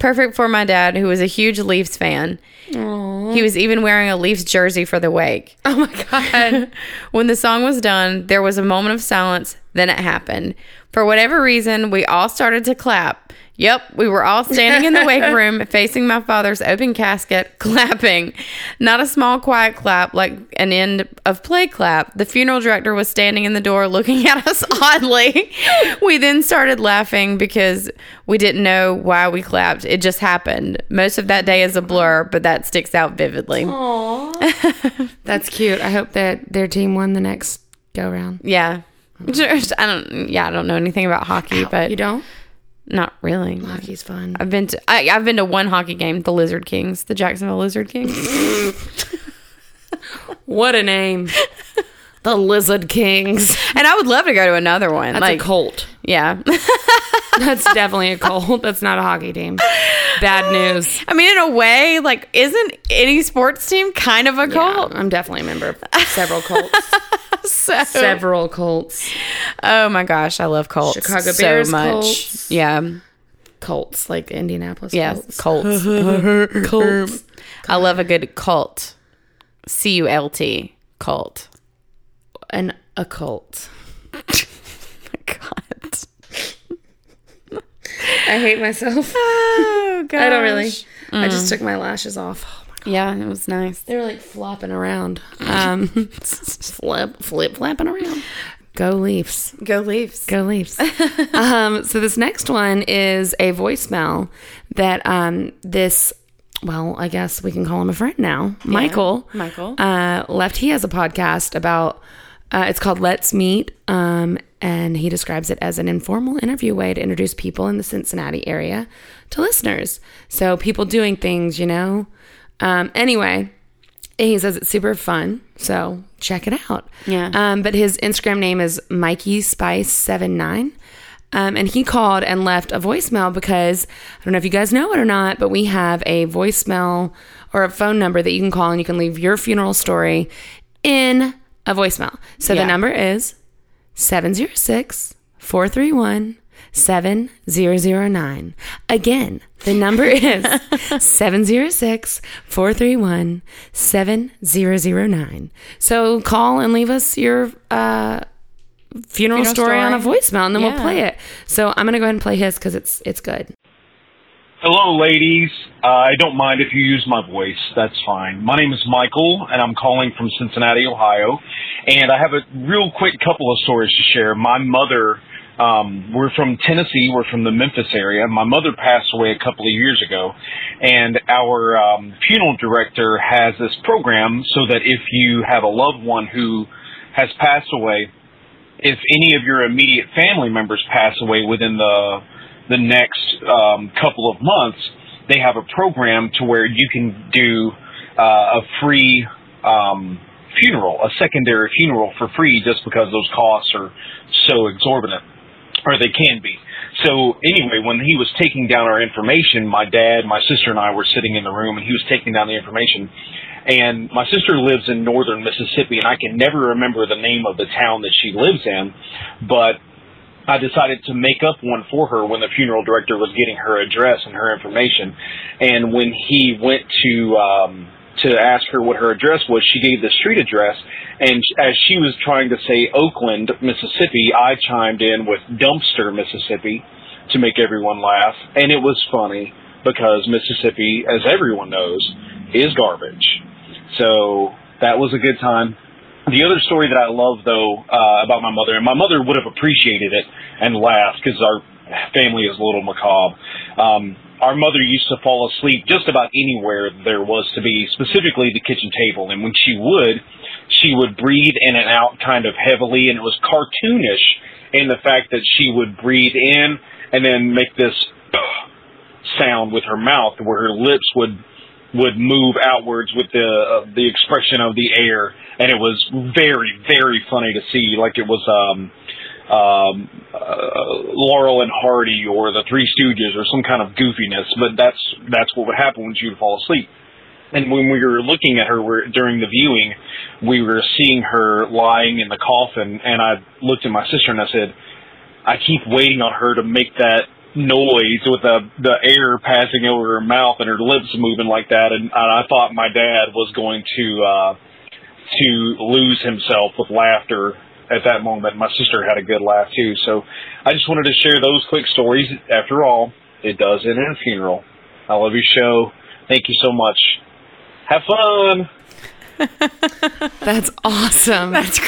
Perfect for my dad, who was a huge Leafs fan. He was even wearing a Leafs jersey for the wake.
Oh my god.
When the song was done, there was a moment of silence, then it happened. For whatever reason, we all started to clap. Yep, we were all standing in the wake room facing my father's open casket, clapping. Not a small, quiet clap like an end of play clap. The funeral director was standing in the door looking at us oddly. we then started laughing because we didn't know why we clapped. It just happened. Most of that day is a blur, but that sticks out vividly.
That's cute. I hope that their team won the next go round.
Yeah. Just- I don't. Yeah, I don't know anything about hockey, but
you don't?
not really.
Hockey's fun.
I've been to I, I've been to one hockey game, the Lizard Kings, the Jacksonville Lizard Kings.
What a name. the Lizard Kings.
and I would love to go to another one. like,
That's a cult.
yeah.
That's definitely a cult. That's not a hockey team. Bad news.
I mean, in a way, like, isn't any sports team kind of a cult?
I'm definitely a member of several cults.
So-
several cults.
oh my gosh, I love cults
Chicago
so
Bears
much.
cults.
Yeah,
Cults, like Indianapolis
yes,
cults.
cults.
Cults.
I love a good cult. C U L T cult.
An occult.
God.
I hate myself.
Oh Mm. God.
I don't really. I just took my lashes off. Oh my God.
Yeah, it was nice.
They were like flopping around. Um, flip, flip, flapping around. Go Leafs.
Go Leafs.
Go Leafs. um, so this next one is a voicemail that um, this, well, I guess we can call him a friend now, Michael.
Michael.
Uh, left. He has a podcast about. Uh, it's called Let's Meet, um, and he describes it as an informal interview way to introduce people in the Cincinnati area to listeners. So people doing things, you know. Um, anyway, he says it's super fun, so check it out.
Yeah.
Um, but his Instagram name is Mikey Spice Seven Nine. Um, and he called and left a voicemail because I don't know if you guys know it or not, but we have a voicemail or a phone number that you can call and you can leave your funeral story in a voicemail. So
Yeah.
the number is 706 431 7009. Again, the number is 706 431 7009. So call and leave us your uh, funeral, story, on a
story.
voicemail and then
Yeah.
we'll play it. So I'm going to go ahead and play his because it's, it's good.
Hello, ladies. Uh, I don't mind if you use my voice. That's fine. My name is Michael, and I'm calling from Cincinnati, Ohio. And I have a real quick couple of stories to share. My mother, um, we're from Tennessee. We're from the Memphis area. My mother passed away a couple of years ago, and our um, funeral director has this program so that if you have a loved one who has passed away, if any of your immediate family members pass away within the the next um, couple of months, they have a program to where you can do uh, a free um, funeral, a secondary funeral for free, just because those costs are so exorbitant, or they can be. So anyway, when he was taking down our information, my dad, my sister, and I were sitting in the room, and he was taking down the information. And my sister lives in northern Mississippi, and I can never remember the name of the town that she lives in, but I decided to make up one for her when the funeral director was getting her address and her information. And when he went to um, to ask her what her address was, she gave the street address. And as she was trying to say Oakland, Mississippi, I chimed in with Dumpster, Mississippi to make everyone laugh. And it was funny because Mississippi, as everyone knows, is garbage. So that was a good time. The other story that I love, though, uh, about my mother, and my mother would have appreciated it and laughed because our family is a little macabre. Um, our mother used to fall asleep just about anywhere there was to be, specifically the kitchen table. And when she would, she would breathe in and out kind of heavily, and it was cartoonish in the fact that she would breathe in and then make this sound with her mouth, where her lips would would move outwards with the uh, the expression of the air, and it was very very funny to see. Like it was um, um, uh, Laurel and Hardy or the Three Stooges or some kind of goofiness. But that's that's what would happen when she would fall asleep. And when we were looking at her we're, during the viewing, we were seeing her lying in the coffin, and I looked at my sister and I said, "I keep waiting on her to make that noise with the the air passing over her mouth and her lips moving like that and, and I thought my dad was going to uh to lose himself with laughter at that moment. My sister had a good laugh too, so I just wanted to share those quick stories. After all, it does end in a funeral. I love your show. Thank you so much. Have fun.
That's awesome.
That's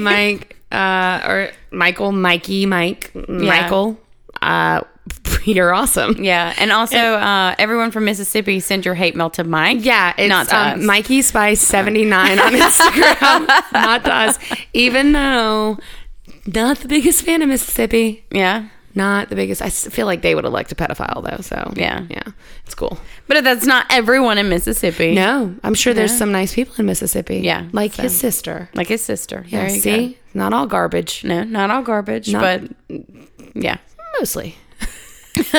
Mike uh, or Michael, Mikey, Mike, Michael. Uh, you're awesome.
yeah, and also uh, everyone from Mississippi, send your hate mail to Mike.
Yeah, it's
not to
um,
us.
Mikey Spice seventy nine on Instagram, not to us. Even though not the biggest fan of Mississippi,
Yeah,
not the biggest. I s- feel like they would elect a pedophile though. So
Yeah.
yeah, it's cool.
but that's not everyone in Mississippi.
No, I'm sure there's some nice people in Mississippi.
Yeah,
like
so.
his sister.
like his sister.
Yeah,
there you Mm.
see, not all garbage.
go. No, not all garbage,
Not-
but yeah.
Mostly.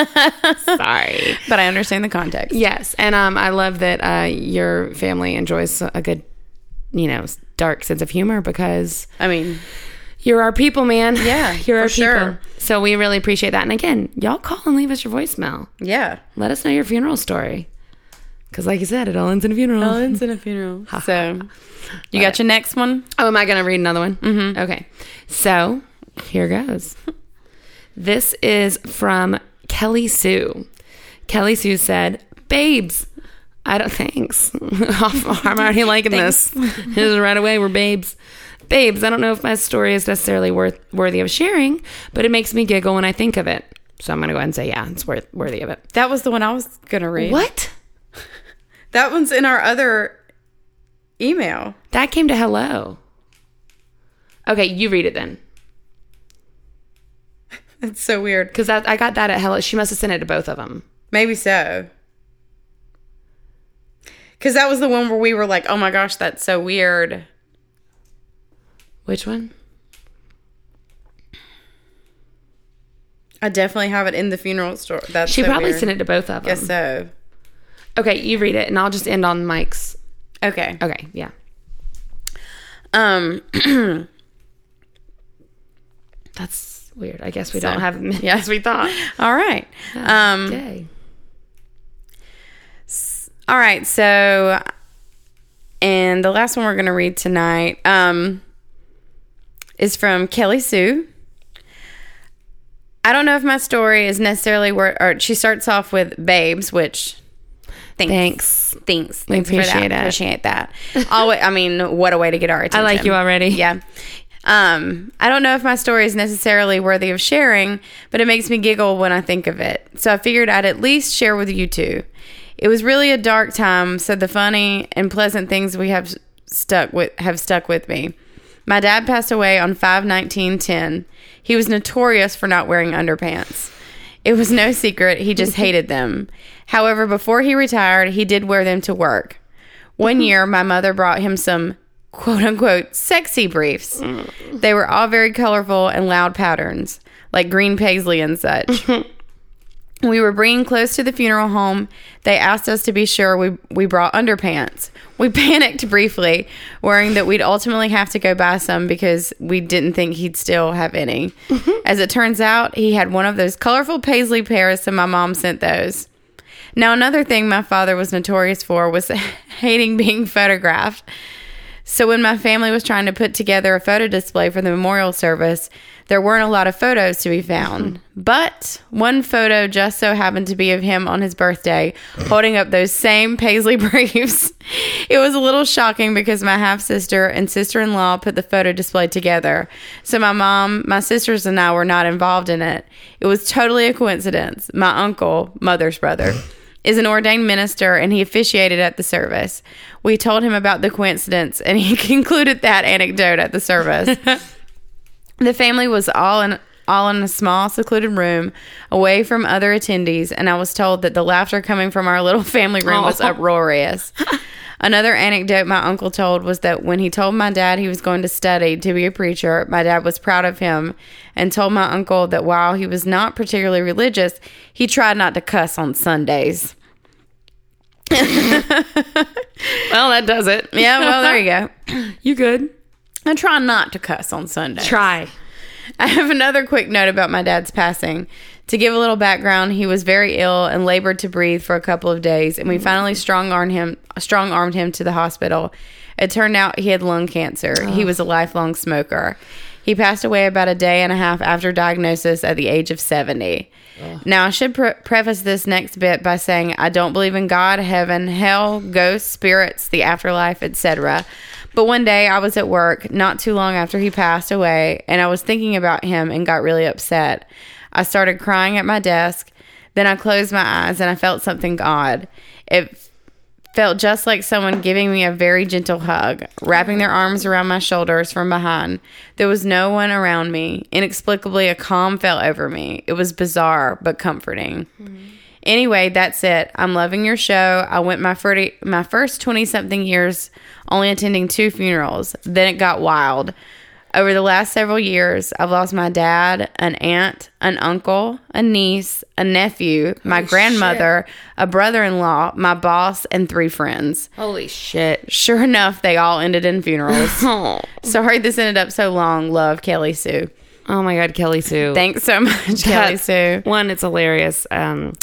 Sorry.
But I understand the context.
Yes, and um, I love that uh, your family enjoys a good, you know, s- dark sense of humor because
I mean,
you're our people, man.
Yeah,
you're our
for sure.
people. So we really appreciate that. And again, y'all call and leave us your voicemail.
yeah.
Let us know your funeral story. Because, like you said, it all ends in a funeral.
in a funeral. so you got your next one?
Oh, am I going to read another one? Mm-hmm. Okay. So here goes. This is from Kelly Sue. Kelly Sue said, Babes, I don't, thanks. I'm already liking this. this. Right away, we're babes. Babes, I don't know if my story is necessarily worth, worthy of sharing, but it makes me giggle when I think of it. So I'm going to go ahead and say, yeah, it's worth, worthy of it.
That was the one I was going to read.
What?
That one's in our other email.
That came to hello. Okay, you read it then.
That's so weird.
Because I got that at hello. She must have sent it to both of them.
Maybe so. Because that was the one where we were like, oh my gosh, that's so weird.
Which one?
I definitely have it in the funeral store. That's
She
so
probably
weird.
sent it to both of them.
Guess so.
Okay, you read it, and I'll just end on Mike's.
Okay.
Okay, yeah.
Um.
That's weird. I guess we don't have them as we thought.
All right. Um.
Okay.
All right. So, and the last one we're going to read tonight um, is from Kelly Sue. I don't know if my story is necessarily where, or she starts off with babes, which thanks,
Thanks.
thanks, thanks for
appreciate
that.
it.
Appreciate that. Always, I mean, what a way to get our attention.
I like you already.
Yeah. Um, I don't know if my story is necessarily worthy of sharing, but it makes me giggle when I think of it. So I figured I'd at least share with you two. It was really a dark time, so the funny and pleasant things we have stuck with have stuck with me. My dad passed away on 5/19/10. He was notorious for not wearing underpants. It was no secret he just hated them. However, before he retired, he did wear them to work. One year, my mother brought him some quote unquote sexy briefs. They were all very colorful and loud patterns, like green paisley and such. we were bringing clothes to the funeral home. They asked us to be sure we, we brought underpants. We panicked briefly, worrying that we'd ultimately have to go buy some because we didn't think he'd still have any. As it turns out, he had one of those colorful paisley pairs, so my mom sent those. Now, another thing my father was notorious for was hating being photographed. So, when my family was trying to put together a photo display for the memorial service, there weren't a lot of photos to be found. But one photo just so happened to be of him on his birthday holding up those same paisley briefs. It was a little shocking because my half sister and sister in law put the photo display together. So, my mom, my sisters, and I were not involved in it. It was totally a coincidence. My uncle, mother's brother, is an ordained minister and he officiated at the service. We told him about the coincidence and he concluded that anecdote at the service. the family was all in all in a small secluded room away from other attendees and I was told that the laughter coming from our little family room was uproarious. Another anecdote my uncle told was that when he told my dad he was going to study to be a preacher, my dad was proud of him and told my uncle that while he was not particularly religious, he tried not to cuss on Sundays.
Well, that does it.
Yeah, well, there you go.
You good?
I try not to cuss on Sunday.
Try.
I have another quick note about my dad's passing. To give a little background, he was very ill and labored to breathe for a couple of days, and we finally strong armed him strong armed him to the hospital. It turned out he had lung cancer. He was a lifelong smoker. He passed away about a day and a half after diagnosis at the age of 70. Now, I should pre- preface this next bit by saying I don't believe in God, heaven, hell, ghosts, spirits, the afterlife, etc. But one day I was at work not too long after he passed away, and I was thinking about him and got really upset. I started crying at my desk. Then I closed my eyes and I felt something odd. It felt just like someone giving me a very gentle hug, wrapping their arms around my shoulders from behind. There was no one around me. Inexplicably, a calm fell over me. It was bizarre but comforting. Anyway, that's it. I'm loving your show. I went my 40, my first 20 something years only attending two funerals. Then it got wild. Over the last several years, I've lost my dad, an aunt, an uncle, a niece, a nephew, my grandmother, a brother in law, my boss, and three friends.
Holy shit.
Sure enough, they all ended in funerals.
Oh.
Sorry this ended up so long. Love, Kelly Sue.
Oh my God, Kelly Sue.
Thanks so much, Kelly
That's-
Sue.
One, it's hilarious. Um,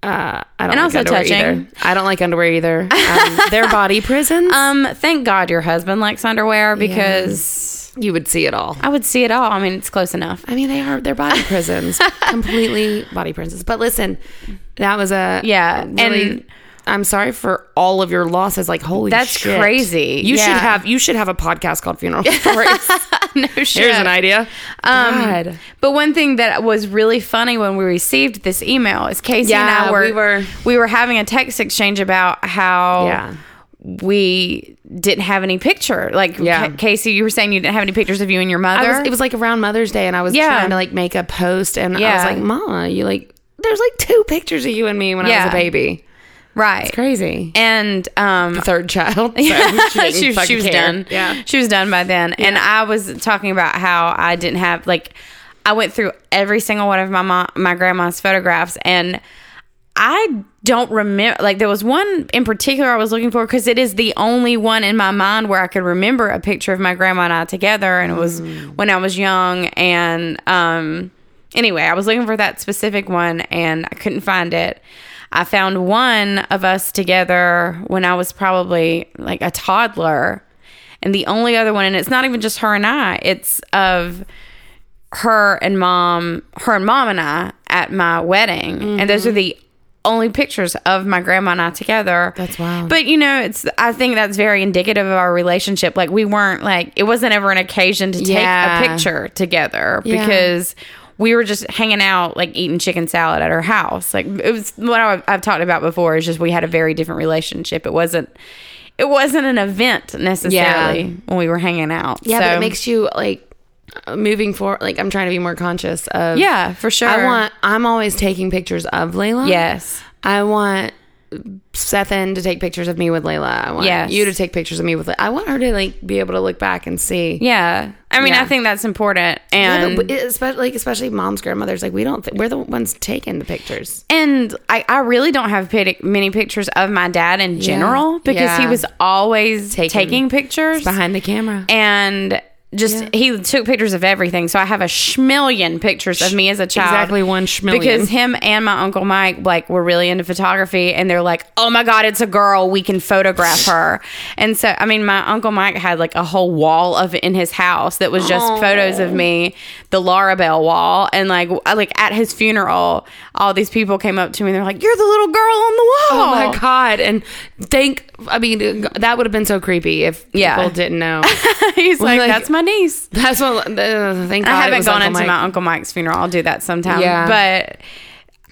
uh, I don't like
also
underwear
touching.
either. I don't like underwear either. Um, their body prisons.
Um, thank God your husband likes underwear because
you would see it all.
I would see it all. I mean, it's close enough.
I mean, they are they're body prisons, completely body prisons. But listen, that was a
Yeah,
really-
and-
I'm sorry for all of your losses. Like holy,
That's
shit.
crazy.
You
Yeah.
should have you should have a podcast called Funeral Stories.
no shit. Um,
Here's an idea. God.
But one thing that was really funny when we received this email is Casey and I
Yeah,
were
we were-
we were having a text exchange about how
Yeah.
we didn't have any picture. Like
Yeah.
Ca- Casey, you were saying you didn't have any pictures of you and your
I
mother.
was, it was like around Mother's Day, and I was
Yeah.
trying to like make a post, and I
Yeah.
was like, "Ma, you like there's like two pictures of you and me when I
Yeah.
was a baby.
right.
Crazy.
And um,
Third child. So
she,
she,
she was done.
Yeah.
she was done by then. And I was talking about how I didn't have like I went through every single one of my mom, my grandma's photographs, and I don't remember. Like there was one in particular I was looking for because it is the only one in my mind where I could remember a picture of my grandma and I together, and it was when I was young. And um, anyway, I was looking for that specific one, and I couldn't find it. I found one of us together when I was probably like a toddler. And the only other one, and it's not even just her and I, it's of her and mom, her and mom and I at my wedding. And
Mm-hmm.
those are the only pictures of my grandma and I together.
That's wild.
But you know, it's I think that's very indicative of our relationship. Like we weren't like it wasn't ever an occasion to take
Yeah.
a picture together
Yeah.
because we were just hanging out, like eating chicken salad at her house. Like it was what I, I've talked about before is just we had a very different relationship. It wasn't, it wasn't an event necessarily when we were hanging out.
Yeah, but
So-
it makes you like moving forward. Like I'm trying to be more conscious of.
yeah for sure.
I want. I'm always taking pictures of Layla.
yes,
I want Sethan to take pictures of me with Layla. I want
Yes.
you to take pictures of me with. Layla. I want her to like be able to look back and see.
yeah. I mean,
Yeah.
I think that's important,
Yeah,
and
but we- especially like especially mom's grandmothers like we don't th- we're the ones taking the pictures.
and I, I really don't have pic- many pictures of my dad in general because he
Yeah.
was always taking,
Taking-
pictures
behind the camera.
and just he took pictures of everything. So I have a schmillion pictures of me as a child.
Exactly one schmillion.
Because him and my uncle Mike like were really into photography and they're like, "Oh my god, it's a girl. We can photograph her." and so I mean, my uncle Mike had like a whole wall of in his house that was just photos of me, the Laura Bell wall, and like w- like at his funeral, all these people came up to me and they're like, "You're the little girl on the wall."
Oh my god! And thank. I mean, that would have been so creepy if
Yeah.
people didn't know.
He's like,
like-
"That's my niece."
That's what. Uh, thank God
I
it
haven't
was
gone
Uncle
into
Mike.
my Uncle Mike's funeral. I'll do that sometime.
Yeah.
But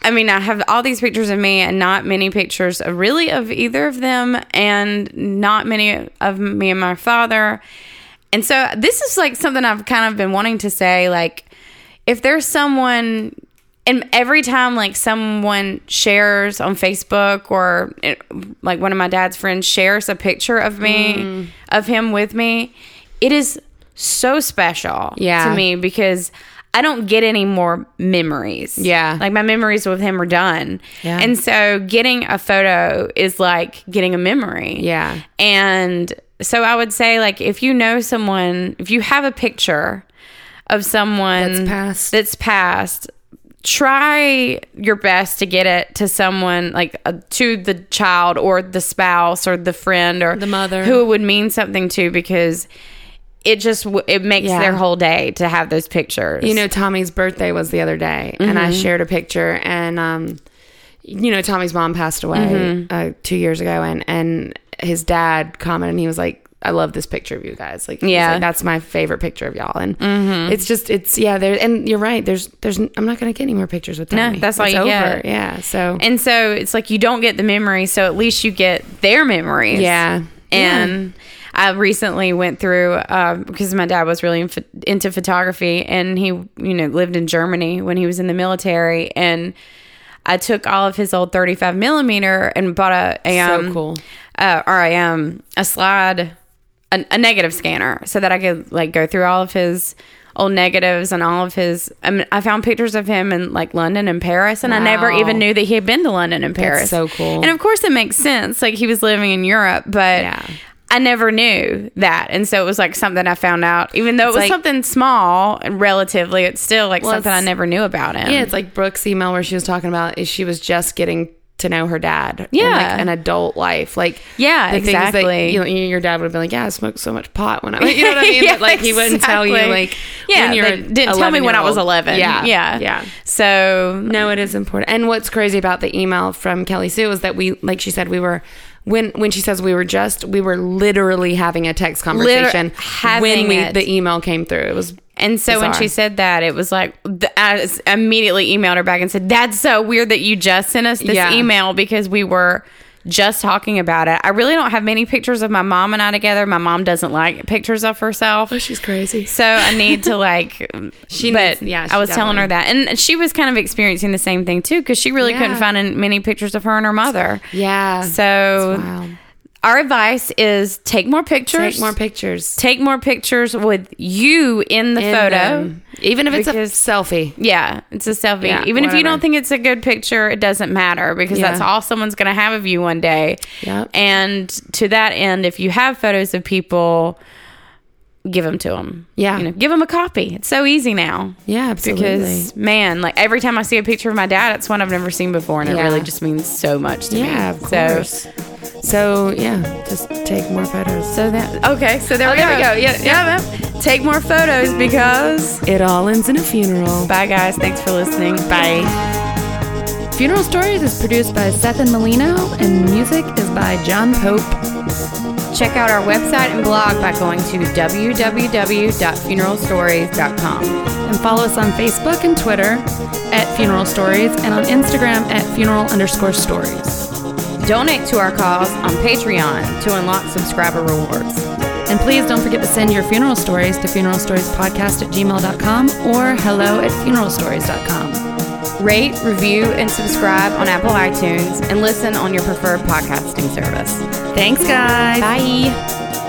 I mean, I have all these pictures of me and not many pictures of really of either of them and not many of me and my father. And so this is like something I've kind of been wanting to say like if there's someone and every time like someone shares on Facebook or it, like one of my dad's friends shares a picture of me
Mm.
of him with me, it is so special
Yeah.
to me because I don't get any more memories.
Yeah.
Like my memories with him are done.
Yeah.
And so getting a photo is like getting a memory.
Yeah.
And so I would say like if you know someone, if you have a picture of someone
That's passed.
that's passed, try your best to get it to someone like uh, to the child or the spouse or the friend or the
mother.
who it would mean something to because it just w- it makes
Yeah.
their whole day to have those pictures.
You know, Tommy's birthday was the other day, and
Mm-hmm.
I shared a picture. And um, you know, Tommy's mom passed away
Mm-hmm.
uh, two years ago, and and his dad commented, and he was like, "I love this picture of you guys. Like, he's
Yeah. Mm-hmm.
like, that's my favorite picture of y'all." And it's just, it's yeah. There, and you're right. There's, there's. I'm not gonna get any more pictures with Tommy.
that's all
It's
you
over.
get.
Yeah. So
And so it's like you don't get the memory, so at least you get their memories.
Yeah.
And I recently went through uh, because my dad was really in, into photography, and he you know lived in Germany when he was in the military, and I took all of his old 35 millimeter and bought a AM
so cool.
uh, or I um a slide, a, a negative scanner, so that I could like go through all of his old negatives and all of his. I mean, I found pictures of him in like London and Paris, and I never
Wow.
even knew that he had been to London and Paris.
so cool.
And of course, it makes sense. Like he was living in Europe, but.
Yeah.
I never knew that. And so it was like something I found out, even though it was
like-
something small and relatively, it's still like something I
it's-
never knew about him.
Yeah, it's like Brooke's email where she was talking about is she was just getting to know her dad. in,
Yeah.
like an adult life. Like
Yeah,
the things that,
exactly.
you know, your dad would have been like, yeah, I smoked so much pot when I, was, you know what I mean?
Yeah,
But, like he wouldn't tell you
exactly.
like,
yeah,
when you're
they didn't tell me when I was
11-year-old.
11.
Yeah,
Yeah.
yeah.
So
No, it is important. And what's crazy about the email from Kelly Sue is that we, like she said, we were. When, when she says we were just we were literally having a text conversation when
having
we
it.
the email came through it was
And so when
Bizarre.
she said that, it was like th- I s- immediately emailed her back and said, "That's so weird that you just sent us this
Yeah.
email because we were just talking about it." I really don't have many pictures of my mom and I together. My mom doesn't like pictures of herself.
she's crazy
So I need to like. she
needs-
but
yeah,
I was
she
telling her that, and she was kind of experiencing the same thing too because she really couldn't
Yeah.
find an- many pictures of her and her mother.
yeah
So
wow.
our advice is take more pictures.
take more pictures
Take more pictures with you in the
in
photo.
them. even if it's
Because-
a selfie
Yeah, it's a selfie.
Yeah,
Even if you
whatever.
don't think it's a good picture, it doesn't matter because
Yeah.
that's all someone's going to have of you one day.
Yep.
And to that end, if you have photos of people, give them to them.
Yeah.
You know, give them a copy. It's so easy now.
Yeah, absolutely.
Because man, like every time I see a picture of my dad, it's one I've never seen before, and it
Yeah.
really just means so much to me.
yeah, of course.
So,
So, yeah, just take more photos.
so that okay. So there we go. Yeah, yeah. man. Take more photos because.
It all ends in a funeral.
Bye, guys. Thanks for listening. Bye.
Funeral Stories is produced by Seth and Molino, and the music is by John Pope.
Check out our website and blog by going to www.funeralstories.com.
And follow us on Facebook and Twitter at Funeral Stories, and on Instagram at funeral underscore stories.
Donate to our cause on Patreon to unlock subscriber rewards.
And please don't forget to send your funeral stories to funeralstoriespodcast at gmail.com or hello at funeralstories.com.
Rate, review, and subscribe on Apple iTunes and listen on your preferred podcasting service.
Thanks, guys.
Bye.